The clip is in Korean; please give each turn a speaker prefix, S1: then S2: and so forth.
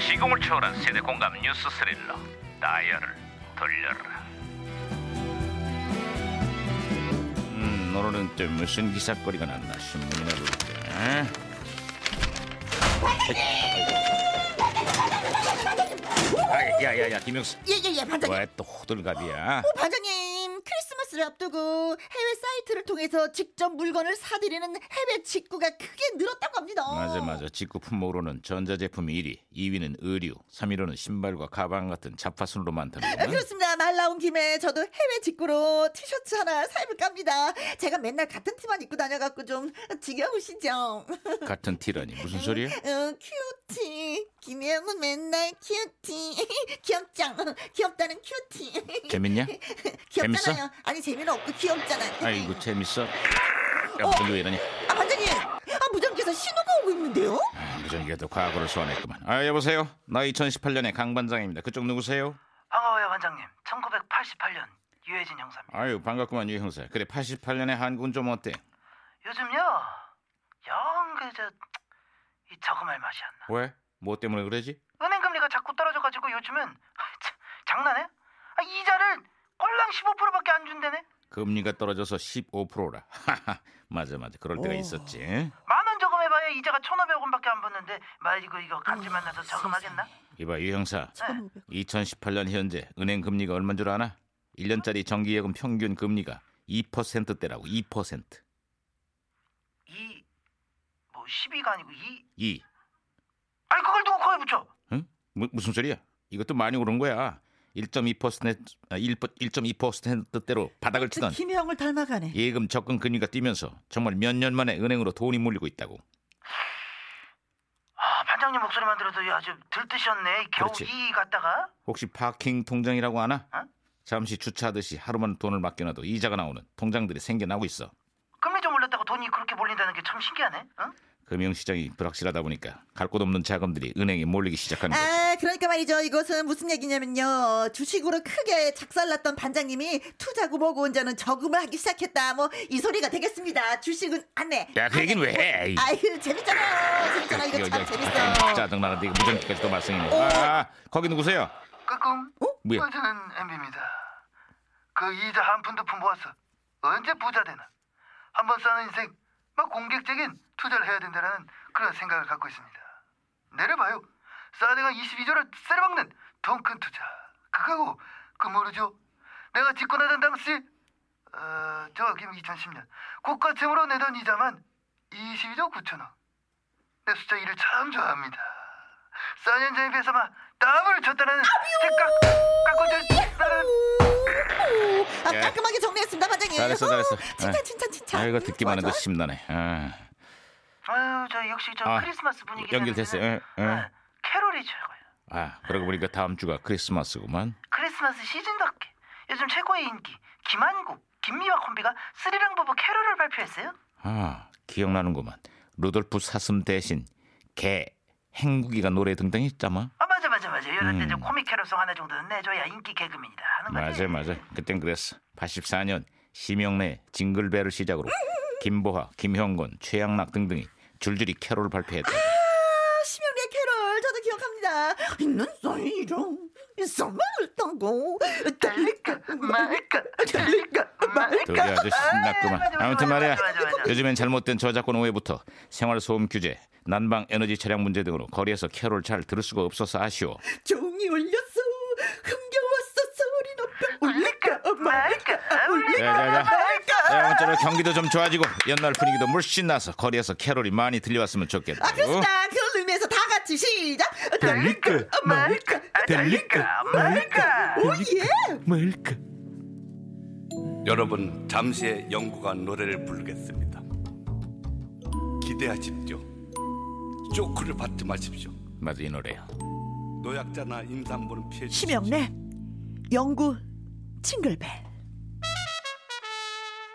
S1: 시공을 초월한 세대 공감 뉴스 스릴러 다이얼을 돌려라 음 오늘은 또 무슨 기사거리가 났나 신문이나 볼까 아, 야야야 김영수
S2: 예예예 반장님
S1: 왜 또 호들갑이야
S2: 오, 반장님 크리스마스를 앞두고 해외 사이트를 통해서 직접 물건을 사들이는 해외 직구가 크게 늘었다고 합니다
S1: 맞아 맞아 직구 품목으로는 전자제품 1위 2위는 의류 3위로는 신발과 가방 같은 잡화순으로
S2: 아,
S1: 많다는구나
S2: 그렇습니다 말 나온 김에 저도 해외 직구로 티셔츠 하나 사입을까 합니다 제가 맨날 같은 티만 입고 다녀갖고 좀 지겨우시죠
S1: 같은 티라니 무슨 소리야
S2: 어, 큐티 김혜영은 맨날 큐티 귀엽죠 귀엽다는 큐티
S1: 재밌냐
S2: 귀엽잖아요
S1: 재밌어?
S2: 아니 재미는 없고 귀엽잖아요
S1: 아이고 재밌어 아무튼 왜 이러냐
S2: 아 반장님 아 부장께서 신호가 오고 있는데요
S1: 아, 무전기가또 과거를 소환했구만. 아 여보세요. 나 2018년의 강 반장입니다. 그쪽 누구세요?
S3: 반가워요, 반장님. 1988년 유해진 형사입니다.
S1: 아유 반갑구만 유 형사. 그래 88년의 한군 좀 어때?
S3: 요즘요, 영 그저 이 저금할 맛이 안 나.
S1: 왜? 뭐 때문에 그러지?
S3: 은행 금리가 자꾸 떨어져가지고 요즘은 아, 참, 장난해? 아, 이자를 꼴랑 15%밖에 안 준대네.
S1: 금리가 떨어져서 15%라. 맞아 맞아. 그럴 때가
S2: 오.
S1: 있었지.
S3: 만 원 저금해봐야 이자가 1,500원밖에 안 붙는데 말 이거 이거 같이 만나서 저금하겠나?
S1: 이봐 유 형사.
S3: 네.
S1: 2018년 현재 은행 금리가 얼마인 줄 아나? 1년짜리 정기예금 평균 금리가 2%대라고 2%.
S3: 이, 뭐 12가 아니고 이,
S1: 2.
S3: 아니 그걸 누구 거에 붙여?
S1: 응? 무, 무슨 소리야? 이것도 많이 오른 거야. 1.2% 1.2%대로 바닥을 치던
S2: 김혜영을 닮아가네
S1: 예금 적금 금리가 뛰면서 정말 몇 년 만에 은행으로 돈이 몰리고 있다고.
S3: 아, 반장님 목소리만 들어도 야, 좀 들뜨셨네. 겨우
S1: 그렇지.
S3: 이 갔다가.
S1: 혹시 파킹 통장이라고 하나?
S2: 아?
S3: 어?
S1: 잠시 주차하듯이 하루만 돈을 맡겨놔도 이자가 나오는 통장들이 생겨나고 있어.
S3: 금리 좀 올랐다고 돈이 그렇게 몰린다는 게 참 신기하네. 어? 응?
S1: 금융시장이 불확실하다 보니까 갈 곳 없는 자금들이 은행에 몰리기 시작하는 거지.
S2: 아 그러니까 말이죠 이것은 무슨 얘기냐면요 주식으로 크게 작살났던 반장님이 투자고 뭐고 이제는 저금을 하기 시작했다 뭐 이 소리가 되겠습니다 주식은 안해
S1: 야, 그 얘긴 왜 해? 이-
S2: 아유 재밌잖아요 재밌잖아 이거 참
S1: 아,
S2: 재밌어
S1: 짜증나는데 이거 무전기까지 또 말썽이네. 아, 아, 거기 누구세요?
S3: 까꿍.
S1: 뭐야?
S3: 어, 저는 MB입니다. 그 이자 한 푼도 푼 모았어. 언제 부자 되나? 한번 사는 인생 막 공격적인 투자를 해야 된다라는 그런 생각을 갖고 있습니다. 내려봐요. 사드가 22조를 쓰레박는 돈 큰 투자. 그거고 그 모르죠? 내가 집권하던 당시 어, 저기 2010년 국가채무로 내던 이자만 22조 9천 원. 내 숫자 1을 참 좋아합니다. 사년전에 비해서 막 더블을 쳤다는 생각 갖고 있다는
S2: 오, 오. 아,
S1: 예.
S2: 깔끔하게 정리했습니다 반장님
S1: 잘했어,
S2: 오,
S1: 잘했어. 아.
S2: 칭찬 칭찬 칭찬
S1: 아, 이거 듣기만 해도
S2: 좋아, 좋아.
S1: 심란해. 아.
S3: 아유 저 역시 저
S1: 아,
S3: 크리스마스
S2: 네,
S3: 분위기
S1: 연결됐어요. 예, 예.
S2: 아.
S3: 캐롤이 최고예요.
S1: 아, 그러고 보니까 다음 주가 크리스마스구만.
S3: 크리스마스 시즌답게 요즘 최고의 인기 김한국 김미화 콤비가 스리랑 부부 캐롤을 발표했어요.
S1: 아 기억나는구만 루돌프 사슴 대신 개 행국이가 노래 등등했잖아
S3: 아 맞아 맞아 맞아 이런 때
S1: 음.
S3: 저 코믹 캐롤송 하나 정도는 내줘야 인기 개그맨이다 하는 거지.
S1: 맞아 맞아 그땐 그랬어 84년 심영래 징글벨을 시작으로 김보하 김형곤 최양락 등등이 줄줄이 캐롤을 발표했다
S2: 아, 심형래 캐롤 저도 기억합니다 있는 사이로 썸을 타고
S3: 될까 말까 될까 말까.
S1: 둘이 아주 신났구만
S3: 아, 맞아, 맞아,
S1: 아무튼 말이야
S3: 맞아, 맞아, 맞아.
S1: 요즘엔 잘못된 저작권 오해부터 생활소음 규제 난방 에너지 차량 문제 등으로 거리에서 캐롤 잘 들을 수가 없어서 아쉬워
S2: 종이 올렸어 흥겨웠어 소리 높여 울릴까 어, 아,
S3: 말까 네.
S1: 자,
S3: 울리고
S1: 자, 자.
S3: 말까.
S1: 야, 아무쪼록 경기도 좀 좋아지고 옛날 분위기도 물씬 나서 거리에서 캐롤이 많이 들려왔으면 좋겠다. 어?
S2: 아 그렇습니다
S4: 어?
S2: 그런 의미에서 다 같이 시작 어, 그러니까.
S4: 될까 그러니까.
S2: 말까 그러니까. 어,
S4: 될까 말까
S2: 오예
S4: 말까
S5: 여러분 잠시의 영구가 노래를 부르겠습니다. 기대하십시오. 쇼크를 받지 마십시오.
S1: 맞아 이 노래요.
S5: 노약자나 임산부는 피해 주십시오.
S2: 심형래 영구 칭글벨